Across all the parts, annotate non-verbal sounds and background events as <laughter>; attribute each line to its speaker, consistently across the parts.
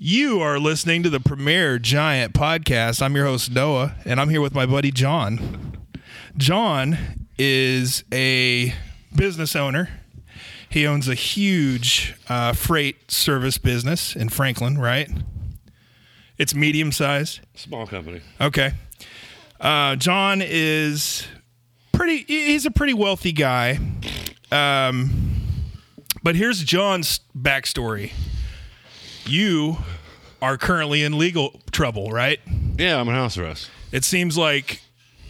Speaker 1: You are listening to the Premier Giant podcast. I'm your host, Noah, and I'm here with my buddy, John. John is a business owner. He owns a huge uh, freight service business in Franklin, right? It's medium sized.
Speaker 2: Small company.
Speaker 1: Okay. Uh, John is pretty. He's a pretty wealthy guy. Um, but here's John's backstory. You are currently in legal trouble, right?
Speaker 2: Yeah, I'm in house arrest.
Speaker 1: It seems like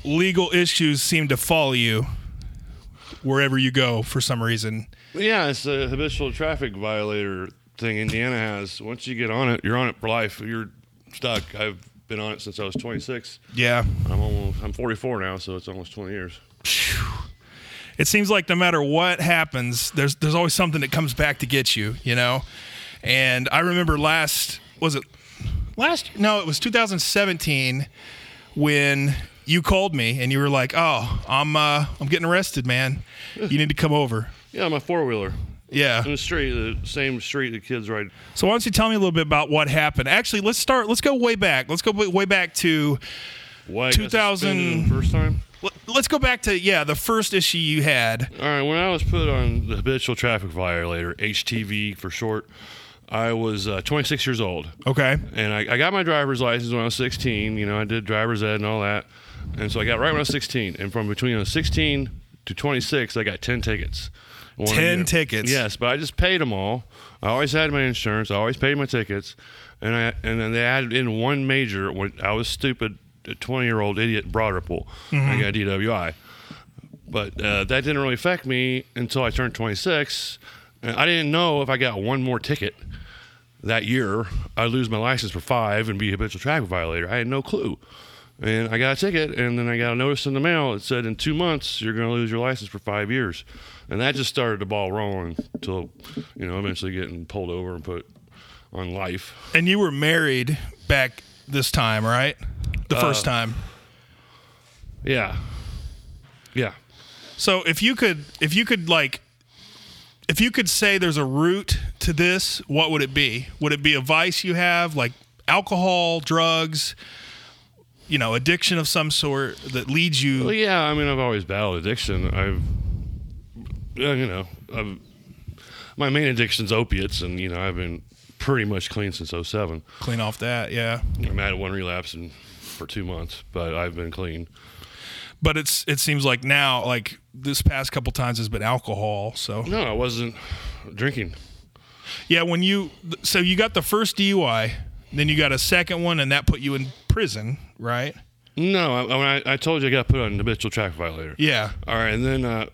Speaker 1: legal issues seem to follow you wherever you go for some reason.
Speaker 2: Yeah, it's a habitual traffic violator thing Indiana has. Once you get on it, you're on it for life. You're stuck. I've been on it since I was 26.
Speaker 1: Yeah.
Speaker 2: I'm almost I'm 44 now, so it's almost 20 years.
Speaker 1: it seems like no matter what happens, there's there's always something that comes back to get you, you know. And I remember last was it last no, it was 2017 when you called me and you were like, "Oh, I'm uh, I'm getting arrested, man. You need to come over."
Speaker 2: Yeah, I'm a four wheeler. In
Speaker 1: Yeah.
Speaker 2: the street, the same street the kids ride.
Speaker 1: So why don't you tell me a little bit about what happened? Actually, let's start. Let's go way back. Let's go way way back to
Speaker 2: Why I got
Speaker 1: 2000
Speaker 2: suspended the first time.
Speaker 1: let- let's go back to yeah the first issue you had.
Speaker 2: All right, when I was put on the habitual traffic violator (HTV) for short, I was uh, 26 years old.
Speaker 1: Okay.
Speaker 2: and I, I got my driver's license when I was 16. You know, I did driver's ed and all that, and so I got right when I was 16. And from between I was 16 to 26, I got 10 tickets. One
Speaker 1: 10
Speaker 2: year.
Speaker 1: tickets.
Speaker 2: Yes, but I just paid them all. I always had my insurance. I always paid my tickets, and I and then they added in one major when I was stupid, a 20 year old idiot broader pool. I got DWI but uh, that didn't really affect me until I turned 26. And I didn't know if I got one more ticket that year, I'd lose my license for five and be a habitual traffic violator. I had no clue. And I got a ticket, and then I got a notice in the mail that said, in two months, you're going to lose your license for five years. And that just started the ball rolling until, you know, eventually getting pulled over and put on life.
Speaker 1: And you were married back this time, right? The first time.
Speaker 2: Yeah. Yeah.
Speaker 1: So if you could, if you could like, if you could say there's a root to this, what would it be? Would it be a vice you have, like alcohol, drugs, you know, addiction of some sort that leads
Speaker 2: Well,
Speaker 1: you?
Speaker 2: yeah, I mean, I've always battled addiction. I've, uh, you know, I've, my main addiction's opiates, and you know, I've been pretty much clean since 07.
Speaker 1: Clean off that, yeah.
Speaker 2: I mean, I had one relapse in, for two months, but I've been clean.
Speaker 1: But it's it seems like now, like this past couple times has been alcohol. So
Speaker 2: No, I wasn't drinking.
Speaker 1: yeah, when you so you got the first DUI, then you got a second one, and that put you in prison, right?
Speaker 2: No, I, I, mean, I, I told you I got put on habitual traffic violator.
Speaker 1: Yeah.
Speaker 2: All right, and then, uh,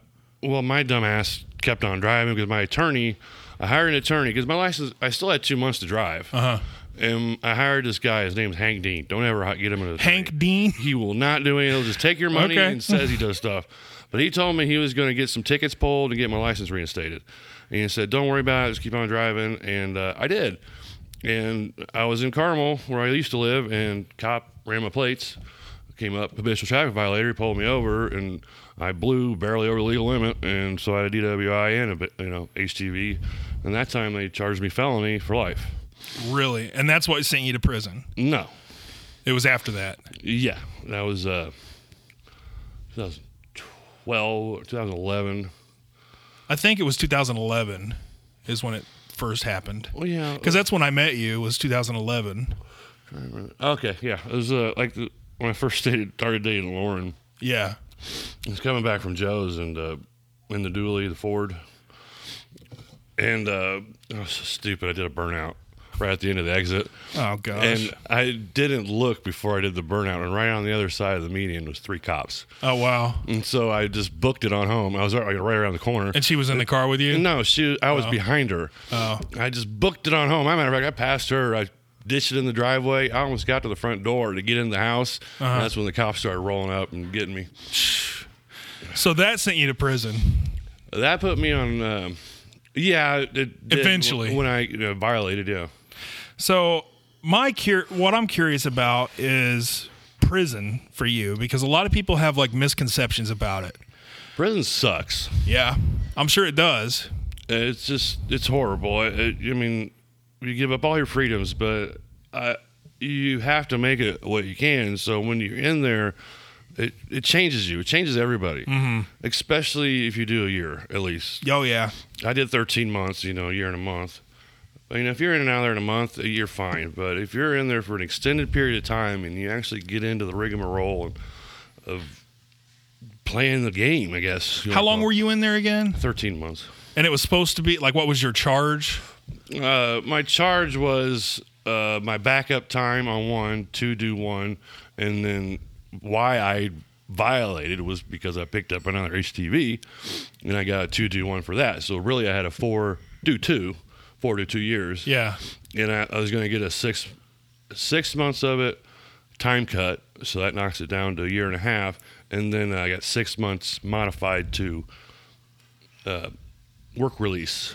Speaker 2: well, my dumbass kept on driving because my attorney, I hired an attorney because my license, I still had two months to drive.
Speaker 1: Uh-huh.
Speaker 2: Uh huh. And I hired this guy. His name's Hank Dean. Don't ever hi- get him into
Speaker 1: Hank Dean.
Speaker 2: He will not do anything. He'll just take your money
Speaker 1: Okay.
Speaker 2: and says he does stuff. But he told me he was going to get some tickets pulled and get my license reinstated. And he said, "Don't worry about it. Just keep on driving." And uh, I did. And I was in Carmel, where I used to live, and cop ran my plates, came up habitual traffic violator, he pulled me over, and I blew barely over the legal limit, and so I had a DWI and a bit, you know HTV. And that time they charged me felony for life.
Speaker 1: Really? And that's what sent you to prison.
Speaker 2: No,
Speaker 1: It was after that.
Speaker 2: Yeah, that was uh, 2012, 2011.
Speaker 1: I think it was 2011 is when it first happened.
Speaker 2: Well, yeah,
Speaker 1: Because that's when I met you was 2011.
Speaker 2: okay, yeah, it was uh, like the, when I first dated, started dating Lauren.
Speaker 1: Yeah.
Speaker 2: I was coming back from Joe's and uh, in the dually, the Ford, and uh, I was so stupid. I did a burnout right at the end of the exit,
Speaker 1: Oh gosh.
Speaker 2: and I didn't look before I did the burnout. And right on the other side of the median was three cops,
Speaker 1: oh wow.
Speaker 2: and so I just booked it on home. I was right, right around the corner.
Speaker 1: And she was in the car with you.
Speaker 2: No, she. I was behind her.
Speaker 1: Oh.
Speaker 2: I just booked it on home. I matter of fact, I passed her. I ditched it in the driveway. I almost got to the front door to get in the house.
Speaker 1: Uh-huh.
Speaker 2: And that's when the cops started rolling up and getting me.
Speaker 1: So that sent you to prison.
Speaker 2: That put me on. Um, yeah, it did
Speaker 1: Eventually.
Speaker 2: when I you know, violated. Yeah,
Speaker 1: So my cur- what I'm curious about is prison for you because a lot of people have like misconceptions about it.
Speaker 2: prison sucks.
Speaker 1: Yeah. I'm sure it does.
Speaker 2: It's just it's horrible. I, I I mean, you give up all your freedoms, but uh, you have to make it what you can. So when you're in there, it, it changes you. It changes everybody,
Speaker 1: Mm-hmm.
Speaker 2: especially if you do a year at least.
Speaker 1: Oh yeah,
Speaker 2: I did 13 months, you know, a year and a month. I mean, if you're in and out there in a month, you're fine. But if you're in there for an extended period of time and you actually get into the rigmarole of, of playing the game, I guess.
Speaker 1: how long were you in there again?
Speaker 2: 13 months.
Speaker 1: And it was supposed to be like what was your charge?
Speaker 2: Uh, my charge was uh, my backup time on one, to do one, and then why I violated was because I picked up another HTV and I got a two do one for that. So really, I had a four do two, four do two years.
Speaker 1: Yeah,
Speaker 2: and I, I was going to get a six six months of it time cut, so that knocks it down to a year and a half, and then I got six months modified to uh, work release.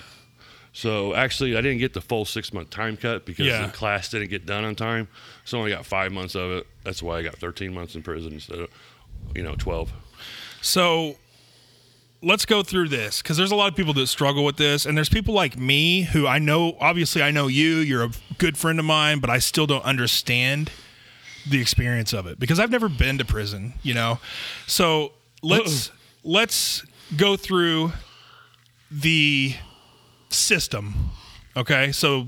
Speaker 2: So actually, I didn't get the full six month time cut because
Speaker 1: Yeah.
Speaker 2: the class didn't get done on time, so I only got five months of it. That's why I got thirteen months in prison instead of you know twelve.
Speaker 1: So let's go through this because there's a lot of people that struggle with this, and there's people like me who I know. Obviously, I know you. You're a good friend of mine, but I still don't understand the experience of it because I've never been to prison. You know, so let's let's go through the system. Okay, so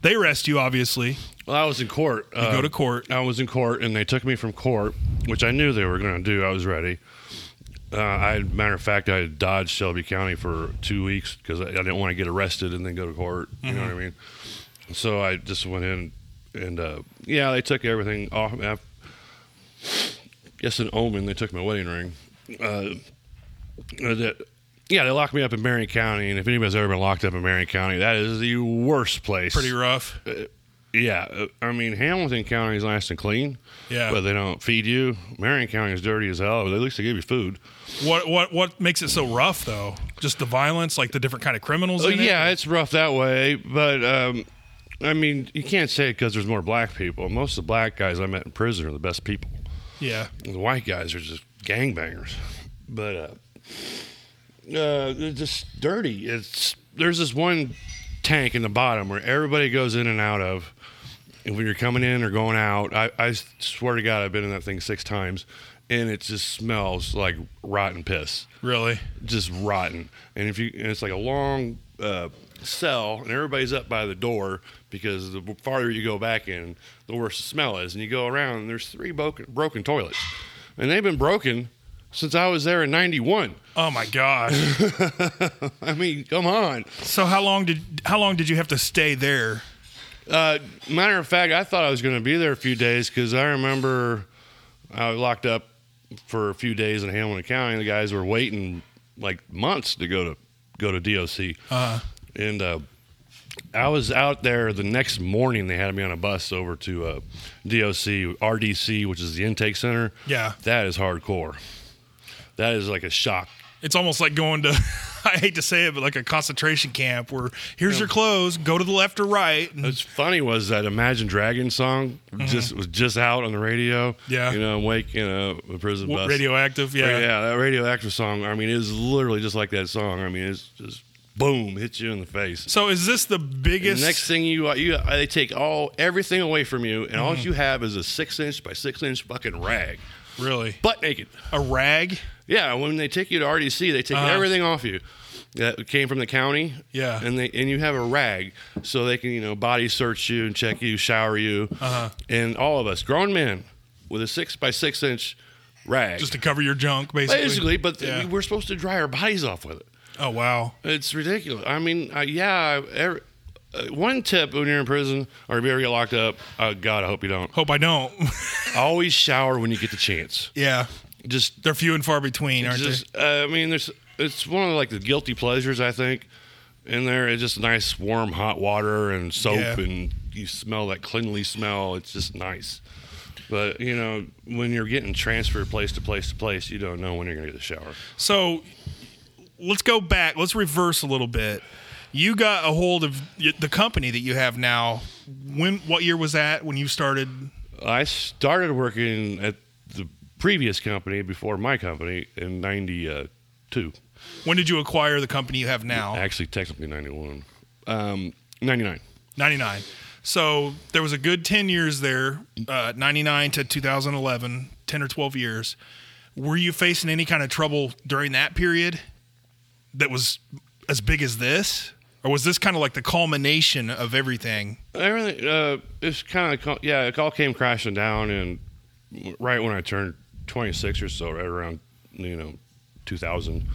Speaker 1: they arrest you. Obviously,
Speaker 2: Well, I was in court. You
Speaker 1: go to court.
Speaker 2: I was in court, and they took me from court, which I knew they were going to do. I was ready. Uh, I, matter of fact, I dodged Shelby County for two weeks because I, I didn't want to get arrested and then go to court. You know what
Speaker 1: Mm-hmm.
Speaker 2: I mean? So I just went in, and uh, yeah, they took everything off. I guess an omen. They took my wedding ring. Uh, uh, that yeah, they locked me up in Marion County, and if anybody's ever been locked up in Marion County, that is the worst place.
Speaker 1: pretty rough.
Speaker 2: Yeah, uh, I mean Hamilton County is nice and clean.
Speaker 1: Yeah.
Speaker 2: but they don't feed you. Marion County is dirty as hell. But at least they give you food.
Speaker 1: What what what makes it so rough though? Just the violence, like the different kind of criminals.
Speaker 2: Oh
Speaker 1: in it?
Speaker 2: yeah, it's rough that way. But um, I mean, you can't say it because there's more black people. Most of the black guys I met in prison are the best people.
Speaker 1: yeah.
Speaker 2: The white guys are just gangbangers. But uh, uh, they're just dirty. It's there's this one tank in the bottom where everybody goes in and out of. And when you're coming in or going out, I, I swear to God, I've been in that thing six times, and it just smells like rotten piss
Speaker 1: Really?
Speaker 2: just rotten. And if you, and it's like a long uh, cell, and everybody's up by the door because the farther you go back in, the worse the smell is. And you go around, and there's three broken, broken toilets, and they've been broken since I was there in '91.
Speaker 1: Oh my gosh.
Speaker 2: <laughs> I mean, come on.
Speaker 1: so how long did how long did you have to stay there?
Speaker 2: Uh, matter of fact, I thought I was going to be there a few days because I remember I was locked up for a few days in Hamilton County. The guys were waiting like months to go to go to DOC, uh-huh. and uh, I was out there the next morning. They had me on a bus over to uh, DOC RDC, which is the intake center.
Speaker 1: Yeah.
Speaker 2: that is hardcore. That is like a shock.
Speaker 1: It's almost like going to <laughs> I hate to say it, but like a concentration camp where here's
Speaker 2: Um,
Speaker 1: your clothes, go to the left or right. and-
Speaker 2: What's funny was that Imagine Dragons song just was just out on the radio.
Speaker 1: Yeah.
Speaker 2: you know, wake in a, a prison bus.
Speaker 1: radioactive, yeah.
Speaker 2: Yeah. that radioactive song. I mean, it's literally just like that song. I mean, it's just boom, hits you in the face.
Speaker 1: So is this the
Speaker 2: The
Speaker 1: biggest
Speaker 2: next thing you you they take all everything away from you, and all you have is a six inch by six inch fucking rag,
Speaker 1: really
Speaker 2: butt naked.
Speaker 1: a rag?
Speaker 2: Yeah, when they take you to RDC, they take everything off you that came from the county.
Speaker 1: Uh-huh. Yeah.
Speaker 2: and they and you have a rag, so they can you know body search you and check you, shower you, uh-huh. and all of us grown men with a six by six inch rag,
Speaker 1: Just to cover your junk basically.
Speaker 2: basically. But
Speaker 1: Yeah.
Speaker 2: th- we're supposed to dry our bodies off with it.
Speaker 1: Oh wow.
Speaker 2: It's ridiculous. I mean, uh, yeah. I- Every, uh, one tip when you're in prison or if you ever get locked up, uh, God, I hope you don't.
Speaker 1: Hope I don't. <laughs>
Speaker 2: Always shower when you get the chance.
Speaker 1: yeah.
Speaker 2: Just
Speaker 1: They're few and far between, aren't
Speaker 2: just uh, I mean, there's it's one of like the guilty pleasures I think. In there, it's just nice warm hot water and soap,
Speaker 1: Yeah.
Speaker 2: and you smell that cleanly smell. It's just nice. But you know, when you're getting transferred place to place to place, you don't know when you're gonna get the shower.
Speaker 1: they? So let's go back. Let's reverse a little bit. You got a hold of y- the company that you have now. When what year was that when you started
Speaker 2: I started working at the previous company before my company in uh, '92.
Speaker 1: Oh. When did you acquire the company you have now?
Speaker 2: Actually, technically '91, um, '99.
Speaker 1: 99. So there was a good 10 years there, uh, 99 to 2011, 10 or 12 years. Were you facing any kind of trouble during that period that was as big as this? Or was this kind of like the culmination of everything?
Speaker 2: Everything, uh, it's kind of, yeah, it all came crashing down, and right when I turned 26 or so, right around, you know, 2000,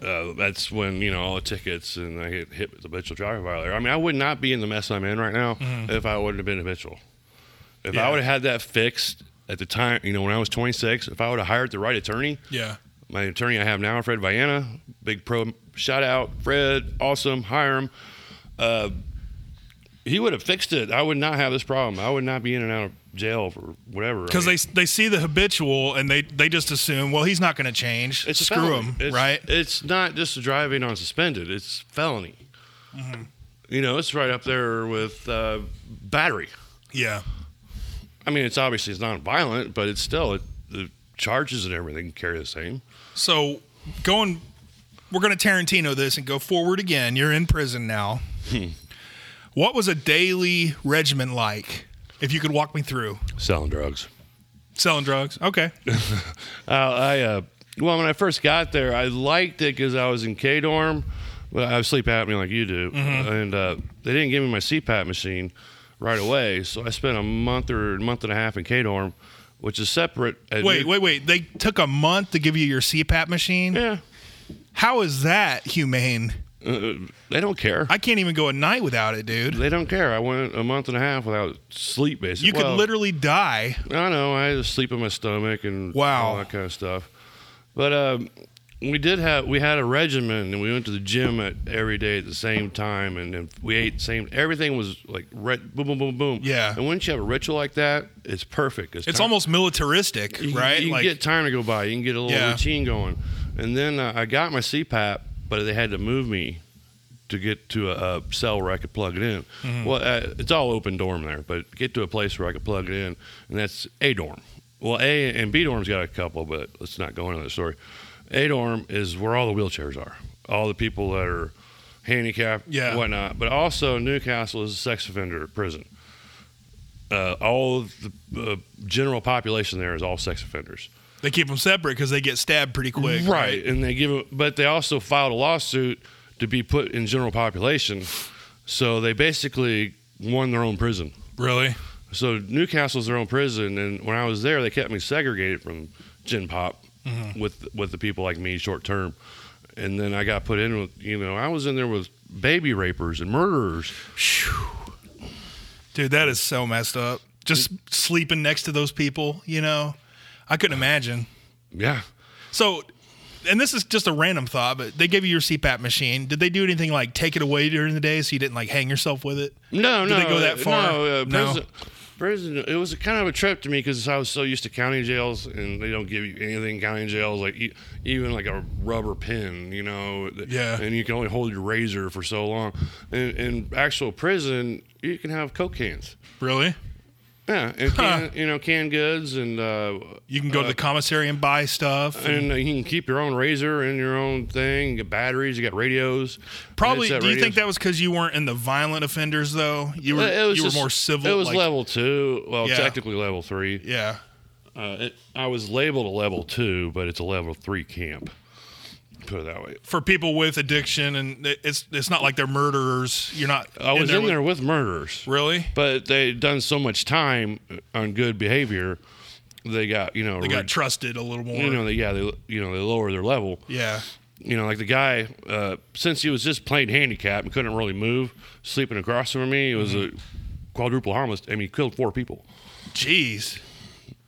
Speaker 2: uh, that's when, you know, all the tickets and I get hit with habitual driving violator. I mean, I would not be in the mess I'm in right now if I wouldn't have been habitual. If
Speaker 1: Yeah.
Speaker 2: I would have had that fixed at the time, you know, when I was 26, if I would have hired the right attorney,
Speaker 1: Yeah.
Speaker 2: my attorney I have now, Fred Vianna, big pro shout out, Fred, awesome, hire him. Uh, he would have fixed it. I would not have this problem. I would not be in and out of jail for whatever.
Speaker 1: Because they, they see the habitual and they, they just assume, well, he's not going to change.
Speaker 2: a
Speaker 1: Screw
Speaker 2: felony.
Speaker 1: him,
Speaker 2: It's-
Speaker 1: right?
Speaker 2: It's not just driving on suspended. It's felony.
Speaker 1: Mm-hmm.
Speaker 2: You know, it's right up there with uh, battery.
Speaker 1: Yeah.
Speaker 2: I mean, it's obviously it's not violent, but it's still it, the charges and everything carry the same.
Speaker 1: So going, we're going to Tarantino this and go forward again. You're in prison now.
Speaker 2: Hmm.
Speaker 1: what was a daily regimen like? If you could walk me through
Speaker 2: Selling drugs.
Speaker 1: selling drugs,
Speaker 2: <laughs>
Speaker 1: okay,
Speaker 2: Uh, I uh, well, when I first got there, I liked it because I was in K dorm. Well, I was sleep apnea like you do,
Speaker 1: Mm-hmm.
Speaker 2: and uh, they didn't give me my CPAP machine right away. So I spent a month or month and a half in K dorm, which is separate. at
Speaker 1: wait,
Speaker 2: New-
Speaker 1: wait, wait. They took a month to give you your CPAP machine.
Speaker 2: Yeah,
Speaker 1: How is that humane?
Speaker 2: uh, they don't care.
Speaker 1: I can't even go a night without it, dude.
Speaker 2: they don't care. I went a month and a half without sleep, basically.
Speaker 1: You
Speaker 2: Well,
Speaker 1: could literally die.
Speaker 2: I know. I had to sleep in my stomach and
Speaker 1: Wow.
Speaker 2: all that kind of stuff. But um, we did have we had a regimen, and we went to the gym at every day at the same time, and, then we ate the same. Everything was like re- boom, boom, boom, boom.
Speaker 1: Yeah.
Speaker 2: And once you have a ritual like that, it's perfect.
Speaker 1: It's
Speaker 2: time-
Speaker 1: almost militaristic,
Speaker 2: you, can-
Speaker 1: right?
Speaker 2: You can
Speaker 1: like,
Speaker 2: get time to go by. You can get a little
Speaker 1: Yeah.
Speaker 2: routine going. And then uh, I got my CPAP, but they had to move me to get to a, a cell where I could plug it in. Well, uh, it's all open dorm there, but get to a place where I could plug it in, and that's A dorm. Well, A and B dorm's got a couple, but let's not go into that story. A dorm is where all the wheelchairs are, all the people that are handicapped,
Speaker 1: Yeah.
Speaker 2: whatnot. But also Newcastle is a sex offender prison uh, all of the uh, general population there is all sex offenders.
Speaker 1: they keep them separate because they get stabbed pretty quick, right?
Speaker 2: And they give, but they also filed a lawsuit to be put in general population. So they basically won their own prison.
Speaker 1: Really?
Speaker 2: So Newcastle's their own prison, and when I was there, they kept me segregated from Gen Pop with with the people like me short term. And then I got put in with, you know, I was in there with baby rapers and murderers.
Speaker 1: Dude, that is so messed up. Just sleeping next to those people, you know? I couldn't imagine.
Speaker 2: Yeah.
Speaker 1: So, and this is just a random thought, but they gave you your CPAP machine. Did they do anything like take it away during the day so you didn't like hang yourself with it?
Speaker 2: No,
Speaker 1: Did
Speaker 2: no.
Speaker 1: they go that
Speaker 2: uh,
Speaker 1: far?
Speaker 2: No, uh,
Speaker 1: No.
Speaker 2: prison, prison. It was a kind of a trip to me because I was so used to county jails, and they don't give you anything in county jails, like e- even like a rubber pin, you know. th-
Speaker 1: Yeah.
Speaker 2: And you can only hold your razor for so long. In, in actual prison, you can have coke cans.
Speaker 1: Really?
Speaker 2: Yeah, and can, you know canned goods, and uh,
Speaker 1: You can go to the commissary and buy stuff.
Speaker 2: and uh, you can keep your own razor and your own thing. You get batteries. You got radios.
Speaker 1: Probably.
Speaker 2: headset
Speaker 1: Do you
Speaker 2: radios.
Speaker 1: think that was because you weren't in the violent offenders though? You were.
Speaker 2: Uh, It was
Speaker 1: you
Speaker 2: just-
Speaker 1: were more civil.
Speaker 2: It was
Speaker 1: like-
Speaker 2: level two. Well,
Speaker 1: Yeah.
Speaker 2: technically level three.
Speaker 1: Yeah.
Speaker 2: Uh, it, I was labeled a level two, but it's a level three camp. Put it that way.
Speaker 1: For people with addiction, and it- it's it's not like they're murderers. You're not.
Speaker 2: I was in there,
Speaker 1: with-
Speaker 2: with murderers,
Speaker 1: Really?
Speaker 2: but they'd done so much time on good behavior, they got you know
Speaker 1: They got trusted a little more.
Speaker 2: you know they yeah they you know they lower their level.
Speaker 1: yeah.
Speaker 2: You know, like the guy, uh, since he was just plain handicapped and couldn't really move, sleeping across from me, it was
Speaker 1: Mm-hmm.
Speaker 2: a quadruple harmless. I mean, he killed four people.
Speaker 1: Jeez.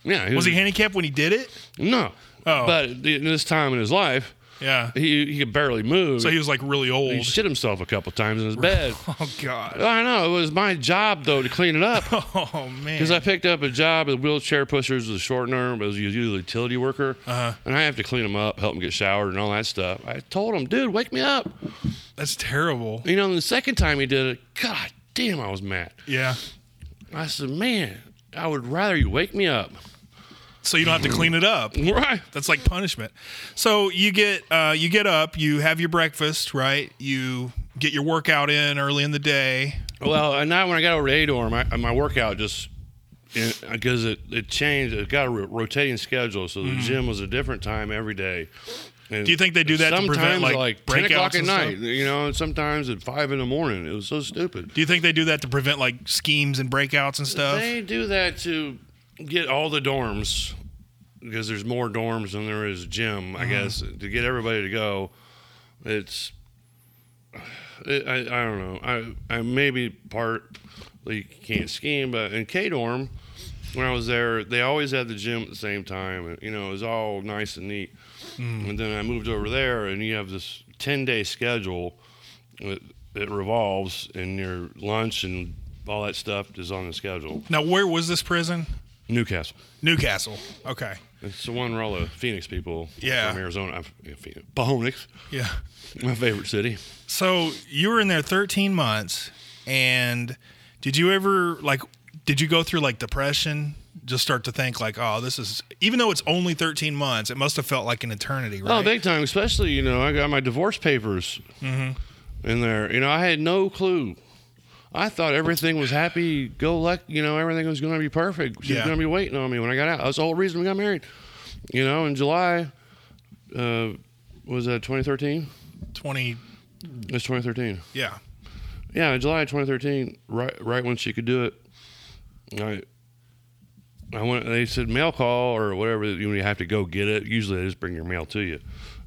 Speaker 2: Yeah,
Speaker 1: Was he handicapped when he did it?
Speaker 2: no?
Speaker 1: Oh.
Speaker 2: but in this time in his life,
Speaker 1: Yeah.
Speaker 2: he he could barely move.
Speaker 1: So he was like really
Speaker 2: he
Speaker 1: old.
Speaker 2: shit himself a couple times in his bed.
Speaker 1: <laughs> Oh god.
Speaker 2: I know. It was my job though to clean it up
Speaker 1: Oh man.
Speaker 2: because I picked up a job at wheelchair pushers as a shortener. I was usually a utility worker, and I have to clean them up, help them get showered, and all that stuff. I told him, dude, wake me up.
Speaker 1: That's terrible.
Speaker 2: You know, and the second time he did it, god damn, I was mad.
Speaker 1: Yeah.
Speaker 2: I said, man, I would rather you wake me up <laughs>
Speaker 1: so you don't have to clean it up.
Speaker 2: Right.
Speaker 1: That's like punishment. So you get uh, you get up, you have your breakfast, right? You get your workout in early in the day.
Speaker 2: Well, and now when I got over to Ador, my my workout just because it, it changed. It got a ro- rotating schedule, so the gym was a different time every day. And
Speaker 1: Mm-hmm. Do you think they do that to prevent,
Speaker 2: sometimes,
Speaker 1: like,
Speaker 2: ten
Speaker 1: breakouts
Speaker 2: o'clock at
Speaker 1: and stuff?
Speaker 2: night? You know, and sometimes at five in the morning. It was so stupid.
Speaker 1: Do you think they do that to prevent like schemes and breakouts and stuff?
Speaker 2: They do that to get all the dorms because there's more dorms than there is gym. I guess to get everybody to go. It's it, I, I don't know. I I maybe partly can't scheme, but in K dorm when I was there, they always had the gym at the same time. and, You know, it was all nice and neat. And then I moved over there, and you have this ten day schedule that, that revolves, and your lunch and all that stuff is on the schedule.
Speaker 1: Now, where was this prison?
Speaker 2: Newcastle.
Speaker 1: Newcastle. Okay.
Speaker 2: It's the one where all the Phoenix people
Speaker 1: Yeah.
Speaker 2: from Arizona, I'm- yeah, Phoenix, Phoenix,
Speaker 1: Yeah.
Speaker 2: my favorite city.
Speaker 1: So you were in there 13 months, and did you ever like? Did you go through like depression? Just start to think like, oh, this is even though it's only 13 months, it must have felt like an eternity, right?
Speaker 2: Oh, big time! Especially, you know, I got my divorce papers
Speaker 1: Mm-hmm.
Speaker 2: in there. You know, I had no clue. I thought everything was happy, go luck. You know, everything was going to be perfect. She
Speaker 1: Yeah.
Speaker 2: was going to be waiting on me when I got out. That's the whole reason we got married. You know, in July, uh, was that 2013?
Speaker 1: 20.
Speaker 2: It's 2013.
Speaker 1: Yeah.
Speaker 2: Yeah, in July of 2013, right right when she could do it, I I went. They said mail call or whatever. You have to go get it. Usually they just bring your mail to you,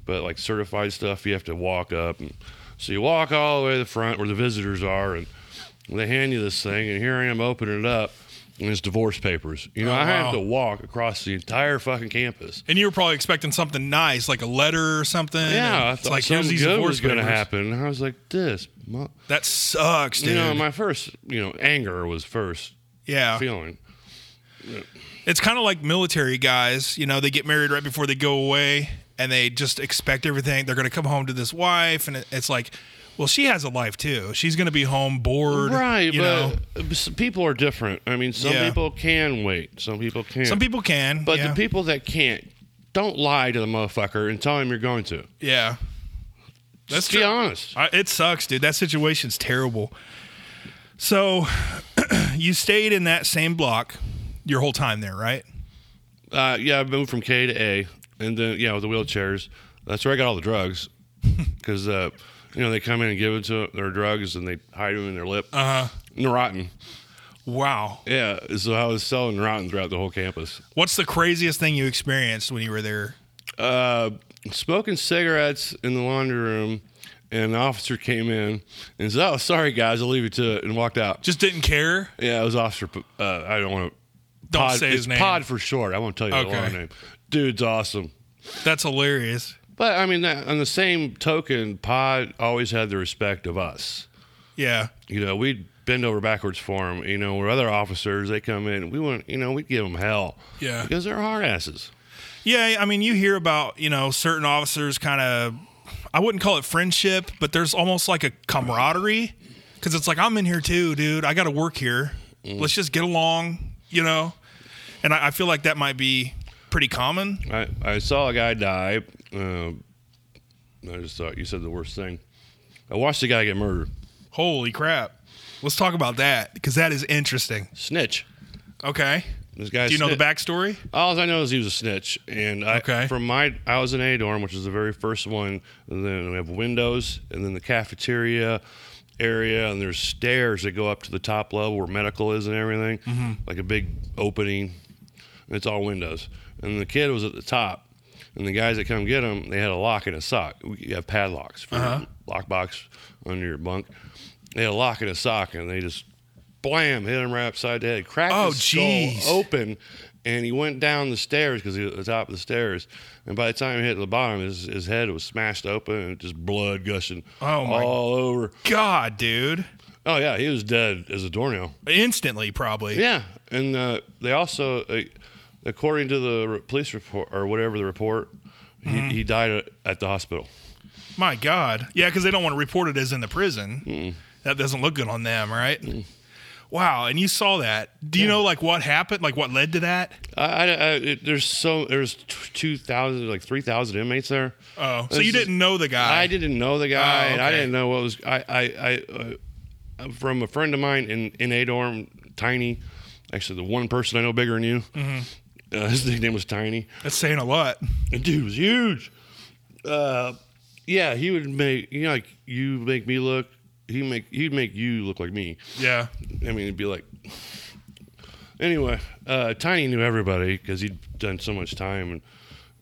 Speaker 2: but like certified stuff, you have to walk up. And, so you walk all the way to the front where the visitors are, and they hand you this thing. And here I am opening it up, and it's divorce papers. You know,
Speaker 1: Oh,
Speaker 2: I have
Speaker 1: wow.
Speaker 2: to walk across the entire fucking campus.
Speaker 1: And you were probably expecting something nice, like a letter or something.
Speaker 2: Yeah,
Speaker 1: and
Speaker 2: I
Speaker 1: it's
Speaker 2: thought
Speaker 1: like here's
Speaker 2: something
Speaker 1: these
Speaker 2: good
Speaker 1: divorce
Speaker 2: was going to
Speaker 1: papers.
Speaker 2: happen. And I was like, this, mo-
Speaker 1: That sucks, dude.
Speaker 2: you know, my first, you know, anger was first
Speaker 1: yeah.
Speaker 2: feeling.
Speaker 1: It's kind of like military guys, you know, they get married right before they go away and they just expect everything. They're going to come home to this wife and it- it's like, well, she has a life too. She's going to be home bored,
Speaker 2: Right,
Speaker 1: you know.
Speaker 2: but s- people are different. I mean, some
Speaker 1: Yeah.
Speaker 2: people can wait, some people can't.
Speaker 1: Some people can,
Speaker 2: but
Speaker 1: yeah.
Speaker 2: the people that can't, don't lie to the motherfucker and tell him you're going to.
Speaker 1: yeah. That's
Speaker 2: Let's be
Speaker 1: true.
Speaker 2: honest.
Speaker 1: I, it sucks, dude. That situation's terrible. So, <clears throat> you stayed in that same block your whole time there, right?
Speaker 2: Uh, yeah, I moved from K to A, and then yeah, with the wheelchairs. That's where I got all
Speaker 1: <laughs>
Speaker 2: the drugs, because uh, you know they come in and give it to their drugs, and they hide them in their lip. Uh huh.
Speaker 1: Uh-huh.
Speaker 2: Neurotin.
Speaker 1: Wow.
Speaker 2: Yeah, so I was selling Neurotin throughout the whole campus.
Speaker 1: What's the craziest thing you experienced when you were there?
Speaker 2: uh, smoking cigarettes in the laundry room, and the officer came in and said, "Oh, sorry guys, I'll leave you to it," and walked out.
Speaker 1: Just didn't care?
Speaker 2: Yeah, it was officer. P- Uh, I don't want to.
Speaker 1: Don't say his
Speaker 2: it's
Speaker 1: name.
Speaker 2: Pod for short. I won't tell you
Speaker 1: Okay.
Speaker 2: the long name. Dude's awesome.
Speaker 1: That's hilarious.
Speaker 2: But I mean, that, on the same token, Pod always had the respect of us.
Speaker 1: Yeah.
Speaker 2: You know, we'd bend over backwards for him. You know, where other officers they come in, we wouldn't. You know, we'd give them hell.
Speaker 1: Yeah.
Speaker 2: because they're hard asses.
Speaker 1: Yeah, I mean, you hear about you know certain officers kind of, I wouldn't call it friendship, but there's almost like a camaraderie because it's like I'm in here too, dude. I got to work here. Let's just get along, you know. And I, I feel like that might be pretty common.
Speaker 2: I, I saw a guy die. Um I just thought you said the worst thing. I watched a guy get murdered.
Speaker 1: Holy crap! Let's talk about that because that is interesting.
Speaker 2: Snitch.
Speaker 1: Okay.
Speaker 2: This guy.
Speaker 1: Do you know the
Speaker 2: sni-
Speaker 1: backstory?
Speaker 2: All I know is he was a snitch, and I,
Speaker 1: Okay.
Speaker 2: from my I was in A dorm, which is the very first one. And then we have windows, and then the cafeteria area, and there's stairs that go up to the top level where medical is and everything,
Speaker 1: Mm-hmm.
Speaker 2: like a big opening. And it's all windows, and the kid was at the top, and the guys that come get him, they had a lock and a sock. You have padlocks for
Speaker 1: Uh-huh.
Speaker 2: your lock box under your bunk. They had a lock and a sock, and they just. Blam! Hit him right upside the head. Cracked
Speaker 1: Oh,
Speaker 2: his skull
Speaker 1: jeez.
Speaker 2: open and he went down the stairs because he was at the top of the stairs. And by the time he hit the bottom, his, his head was smashed open and just blood gushing
Speaker 1: Oh, my-
Speaker 2: all over.
Speaker 1: God, dude.
Speaker 2: Oh, yeah, he was dead as a doornail.
Speaker 1: Instantly, probably.
Speaker 2: Yeah. And uh, they also, uh, according to the re- police report or whatever the report,
Speaker 1: Mm-hmm.
Speaker 2: he, he died at- at the hospital.
Speaker 1: My
Speaker 2: Mm.
Speaker 1: God. Yeah, because they don't want to report it as in the prison. That doesn't look good on them, right? Wow, and you saw that. Do you know like what happened? Like what led to that?
Speaker 2: I, I, I it, there's so there's t- two thousand like three thousand inmates there.
Speaker 1: Oh, so
Speaker 2: This
Speaker 1: you
Speaker 2: is-
Speaker 1: didn't know the guy?
Speaker 2: I didn't know the guy.
Speaker 1: Oh,
Speaker 2: and I
Speaker 1: okay.
Speaker 2: didn't know what was. I I, I uh, from a friend of mine in in a dorm, Tiny. Actually, the one person I know bigger than you.
Speaker 1: Mm-hmm.
Speaker 2: Uh, <laughs> his nickname was Tiny.
Speaker 1: That's saying a lot.
Speaker 2: The dude was huge. Uh, yeah, he would make you know, like you make me look. He make he'd make you look like me.
Speaker 1: Yeah.
Speaker 2: I mean, it'd be like. Anyway, uh, Tiny knew everybody because he'd done so much time, and,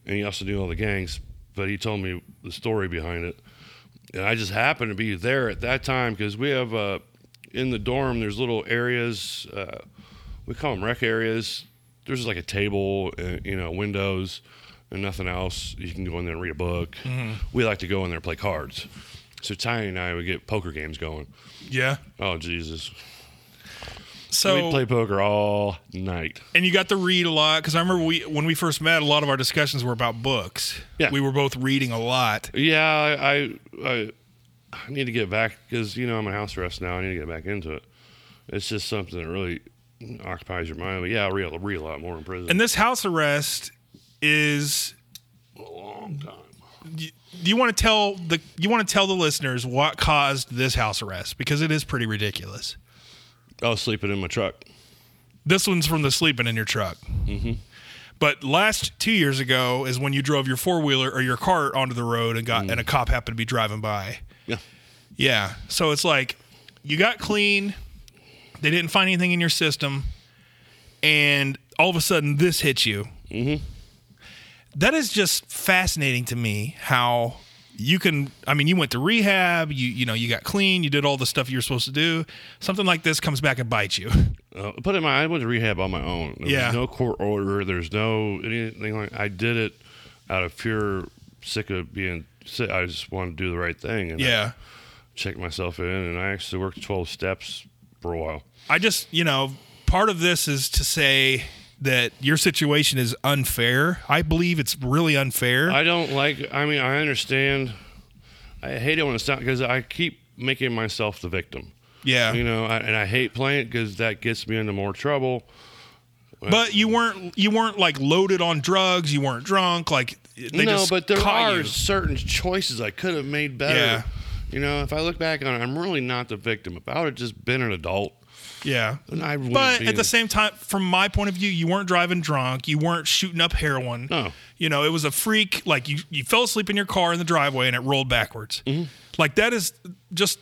Speaker 2: and he also knew all the gangs. But he told me the story behind it, and I just happened to be there at that time because we have uh, in the dorm. There's little areas, uh, we call them rec areas. There's just like a table, uh, you know, windows, and nothing else. You can go in there and read a book. We like to go in there and play cards. So Tiny and I would get poker games going.
Speaker 1: Yeah.
Speaker 2: Oh Jesus!
Speaker 1: So
Speaker 2: we play poker all night.
Speaker 1: and you got to read a lot because I remember we when we first met, a lot of our discussions were about books.
Speaker 2: Yeah.
Speaker 1: We were both reading a lot.
Speaker 2: Yeah, I I, I, I need to get back because you know I'm on house arrest now. I need to get back into it. It's just something that really occupies your mind. But yeah, I read, read a lot more in prison.
Speaker 1: And this house arrest is.
Speaker 2: a long time.
Speaker 1: Do you want to tell the you want to tell the listeners what caused this house arrest because it is pretty ridiculous.
Speaker 2: I was sleeping in my truck.
Speaker 1: This one's from the sleeping in your truck. But last two years ago is when you drove your four wheeler or your cart onto the road and got and a cop happened to be driving by.
Speaker 2: Yeah,
Speaker 1: Yeah. So it's like you got clean, they didn't find anything in your system, and all of a sudden this hits you. Mm-hmm. is just fascinating to me how you can I mean you went to rehab, you you know, you got clean, you did all the stuff you were supposed to do. Something like this comes back and bites you. <laughs>
Speaker 2: uh, put it in my. I went to rehab on my own. There
Speaker 1: Yeah.
Speaker 2: was no court order. There's no anything like. I did it out of pure sick of being sick. I just wanted to do the right thing. And I
Speaker 1: yeah.
Speaker 2: checked myself in, and I actually worked 12 steps for a while.
Speaker 1: I just, you know, part of this is to say that your situation is unfair. I believe it's really unfair.
Speaker 2: I don't like. I mean, I understand. I hate it when it's not because I keep making myself the victim.
Speaker 1: yeah.
Speaker 2: You know, I, and I hate playing it because that gets me into more trouble.
Speaker 1: But you weren't you weren't like loaded on drugs. You weren't drunk. Like they
Speaker 2: no,
Speaker 1: just
Speaker 2: but there
Speaker 1: caught
Speaker 2: are
Speaker 1: you.
Speaker 2: certain choices I could have made better.
Speaker 1: Yeah.
Speaker 2: You know, if I look back on it, I'm really not the victim. If I would have just been an adult,
Speaker 1: Yeah.
Speaker 2: then I would.
Speaker 1: But
Speaker 2: be
Speaker 1: at the same time, from my point of view, you weren't driving drunk. You weren't shooting up heroin.
Speaker 2: No.
Speaker 1: You know, it was a freak. Like you, you fell asleep in your car in the driveway and it rolled backwards.
Speaker 2: Mm-hmm.
Speaker 1: Like that is just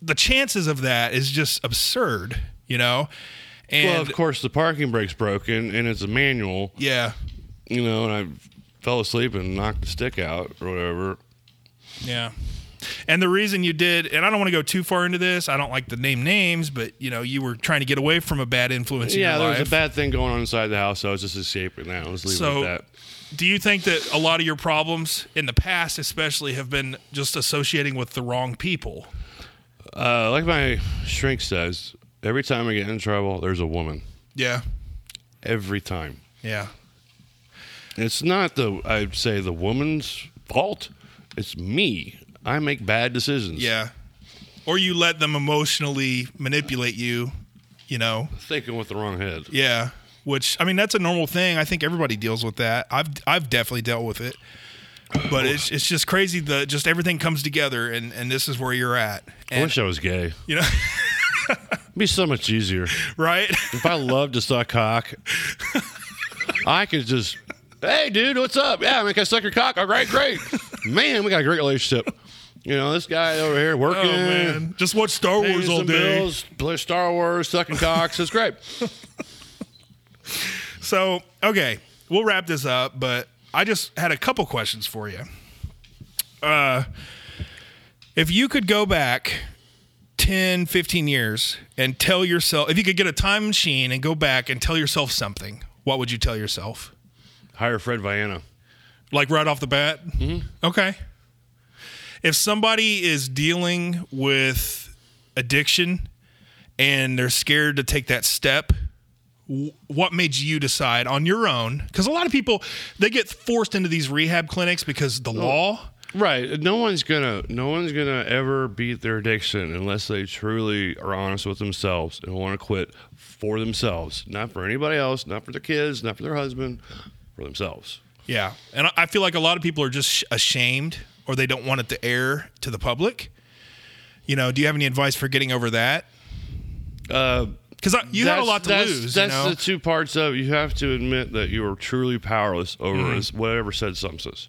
Speaker 1: the chances of that is just absurd. You know, and
Speaker 2: Well, of course, the parking brake's broken, and it's a manual.
Speaker 1: yeah,
Speaker 2: You know, and I fell asleep and knocked the stick out or whatever.
Speaker 1: yeah. And the reason you did, and I don't want to go too far into this. I don't like the name names, but you know, you were trying to get away from a bad influence.
Speaker 2: Yeah,
Speaker 1: in
Speaker 2: there
Speaker 1: your
Speaker 2: was
Speaker 1: life.
Speaker 2: a bad thing going on inside the house. So I was just escaping that. I was leaving
Speaker 1: So,
Speaker 2: it at that.
Speaker 1: do you think that a lot of your problems in the past, especially, have been just associating with the wrong people?
Speaker 2: Uh, like my shrink says, every time I get in trouble, there's a woman.
Speaker 1: Yeah,
Speaker 2: Every time.
Speaker 1: yeah,
Speaker 2: It's not the I'd say the woman's fault. It's me. I make bad decisions.
Speaker 1: yeah. Or you let them emotionally manipulate you, you know?
Speaker 2: Thinking with the wrong head.
Speaker 1: Yeah. Which I mean, that's a normal thing. I think everybody deals with that. I've I've definitely dealt with it. But it's it's just crazy. The just everything comes together, and and this is where you're at.
Speaker 2: I
Speaker 1: And
Speaker 2: wish I was gay. It'd
Speaker 1: you know, <laughs>
Speaker 2: be so much easier.
Speaker 1: right?
Speaker 2: if I loved to
Speaker 1: <laughs>
Speaker 2: suck cock, I could just Hey dude, what's up? Yeah, I mean, can I suck your cock? All right, great. Man, we got a great relationship. You know, this guy over here working.
Speaker 1: Oh man, just watch Star
Speaker 2: Paying
Speaker 1: Wars all
Speaker 2: some
Speaker 1: day.
Speaker 2: bills, play Star Wars, sucking cocks. It's great.
Speaker 1: So, okay, we'll wrap this up, but I just had a couple questions for you. Uh, if you could go back 10, 15 years and tell yourself, if you could get a time machine and go back and tell yourself something, what would you tell yourself?
Speaker 2: Hire Fred Vianna.
Speaker 1: Like right off the bat? Mm-hmm. Okay. If somebody is dealing with addiction and they're scared to take that step, w- what made you
Speaker 2: Oh.
Speaker 1: decide on your own? Because a lot of people they get forced into these rehab clinics because the law.
Speaker 2: Right. No one's gonna no one's gonna ever beat their addiction unless they truly are honest with themselves and want to quit for themselves, not for anybody else, not for their kids, not for their husband, for themselves.
Speaker 1: Yeah, and I- I feel like a lot of people are just sh- ashamed or they don't want it to air to the public. You know, do you have any advice for getting over that? Because you had a
Speaker 2: Uh, That's-
Speaker 1: lot to
Speaker 2: that's,
Speaker 1: lose.
Speaker 2: That's
Speaker 1: you know?
Speaker 2: the two parts of it. you have to admit that you are truly powerless over
Speaker 1: Mm-hmm.
Speaker 2: us- whatever said substance.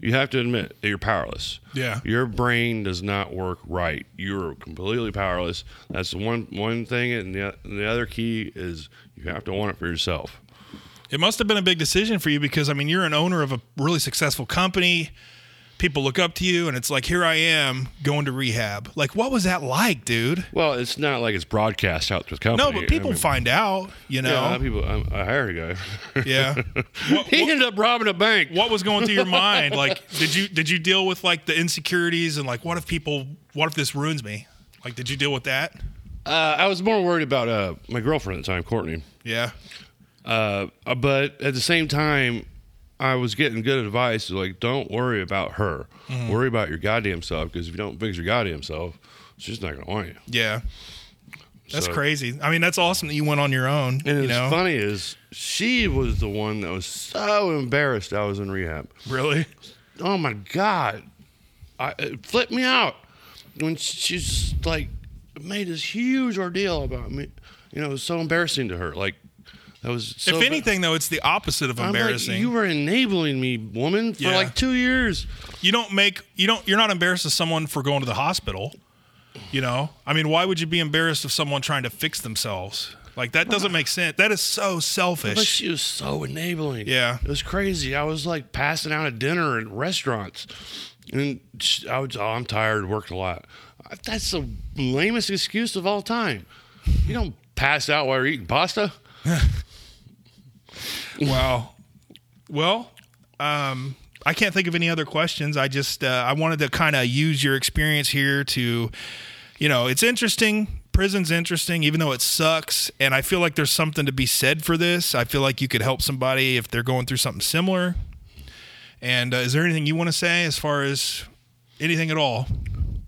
Speaker 2: You have to admit that you're powerless.
Speaker 1: Yeah.
Speaker 2: Your brain does not work right. You're completely powerless. That's the one one thing, and the, the other key is you have to want it for yourself.
Speaker 1: It must have been a big decision for you because I mean you're an owner of a really successful company. People look up to you and it's like here I am going to rehab. Like what was that like, dude?
Speaker 2: Well, it's not like it's broadcast out to the company.
Speaker 1: No, but people
Speaker 2: I mean,
Speaker 1: find out, you
Speaker 2: yeah, a lot of
Speaker 1: know.
Speaker 2: people. I, I hired a guy. <laughs>
Speaker 1: Yeah. What,
Speaker 2: he
Speaker 1: what-
Speaker 2: ended up robbing a bank.
Speaker 1: what was going through your mind? Like did you did you deal with like the insecurities and like what if people what if this ruins me? Like did you deal with that?
Speaker 2: Uh, I was more worried about uh, my girlfriend at the time, Courtney.
Speaker 1: Yeah.
Speaker 2: Uh, but at the same time, I was getting good advice like, don't worry about her. Worry about your goddamn self because if you don't fix your goddamn self, she's not going to want you.
Speaker 1: Yeah. That's
Speaker 2: So-
Speaker 1: crazy. I mean, that's awesome that you went on your own,
Speaker 2: And
Speaker 1: you
Speaker 2: it's
Speaker 1: know.
Speaker 2: funny is she was the one that was so embarrassed I was in rehab.
Speaker 1: Really?
Speaker 2: oh my god, I, it flipped me out when she's like made this huge ordeal about me. You know, it was so embarrassing to her. Like that was. So
Speaker 1: if anything though, it's the opposite of
Speaker 2: I'm like,
Speaker 1: embarrassing.
Speaker 2: you were enabling me, woman, for
Speaker 1: Yeah.
Speaker 2: like two years.
Speaker 1: you don't make you don't you're not embarrassed of someone for going to the hospital you know i mean why would you be embarrassed of someone trying to fix themselves like that doesn't make sense that is so
Speaker 2: But
Speaker 1: selfish
Speaker 2: she was so enabling.
Speaker 1: Yeah.
Speaker 2: it was crazy. I was like passing out at dinner and restaurants, and she, I was. Oh, I'm tired. Worked a lot. That's the lamest excuse of all time. You don't pass out while you're eating pasta.
Speaker 1: wow well um i can't think of any other questions i just uh, i wanted to kind of use your experience here to you know it's interesting prison's interesting even though it sucks and i feel like there's something to be said for this i feel like you could help somebody if they're going through something similar and uh, is there anything you want to say as far as anything at all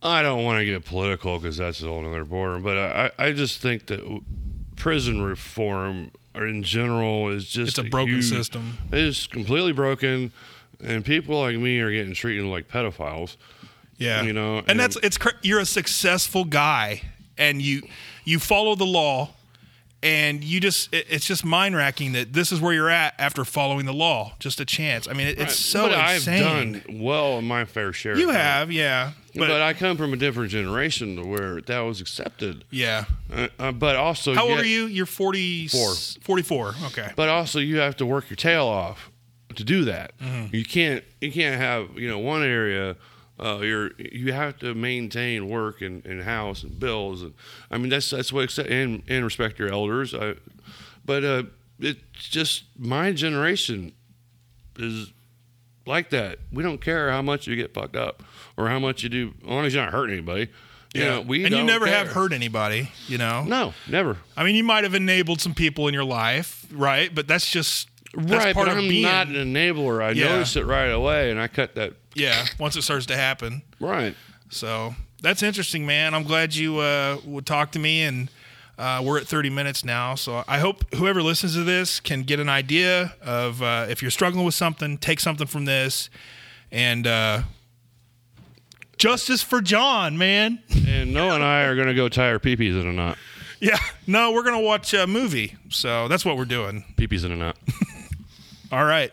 Speaker 2: I don't want to get political because that's a whole other border, but I, I I just think that w- prison reform or in general is just
Speaker 1: It's a broken
Speaker 2: huge-
Speaker 1: system.
Speaker 2: It's completely broken, and people like me are getting treated like pedophiles.
Speaker 1: Yeah,
Speaker 2: You know,
Speaker 1: and,
Speaker 2: and-
Speaker 1: that's it's cra- you're a successful guy, and you you follow the law, and you just it, it's just mind racking that this is where you're at after following the law. Just a chance. I mean, it, it's so
Speaker 2: but
Speaker 1: insane.
Speaker 2: I've done well in my fair share.
Speaker 1: you
Speaker 2: of things.
Speaker 1: have, yeah, but,
Speaker 2: but, I come from a different generation to where that was accepted.
Speaker 1: yeah.
Speaker 2: Uh, uh, but also,
Speaker 1: How old
Speaker 2: yet-
Speaker 1: are you? You're 40,
Speaker 2: Four.
Speaker 1: 44. Okay.
Speaker 2: but also you have to work your tail off to do that.
Speaker 1: Mm-hmm.
Speaker 2: You can't you can't have you know one area. Uh, you're you have to maintain work and, and house and bills and I mean that's that's what accept- and and respect your elders. I, but uh, it's just my generation is like that. We don't care how much you get fucked up or how much you do, as long as you're not hurting anybody. You know, we
Speaker 1: and you
Speaker 2: don't
Speaker 1: never have
Speaker 2: care.
Speaker 1: hurt anybody, you know.
Speaker 2: No, never.
Speaker 1: I mean, you might have enabled some people in your life, right? But that's just that's
Speaker 2: right,
Speaker 1: part
Speaker 2: but
Speaker 1: of
Speaker 2: I'm
Speaker 1: being.
Speaker 2: not an enabler. I
Speaker 1: Yeah.
Speaker 2: noticed it right away, and I cut that
Speaker 1: yeah, once it starts to happen.
Speaker 2: Right.
Speaker 1: So that's interesting, man. I'm glad you uh, would talk to me, and uh, we're at 30 minutes now. So I hope whoever listens to this can get an idea of uh, if you're struggling with something, take something from this, and uh, justice for John, man. <laughs>
Speaker 2: And Noah and I are going to go tie our peepees in a knot.
Speaker 1: yeah. No, we're gonna watch a movie, so that's what we're doing.
Speaker 2: Peepees in a knot.
Speaker 1: All right.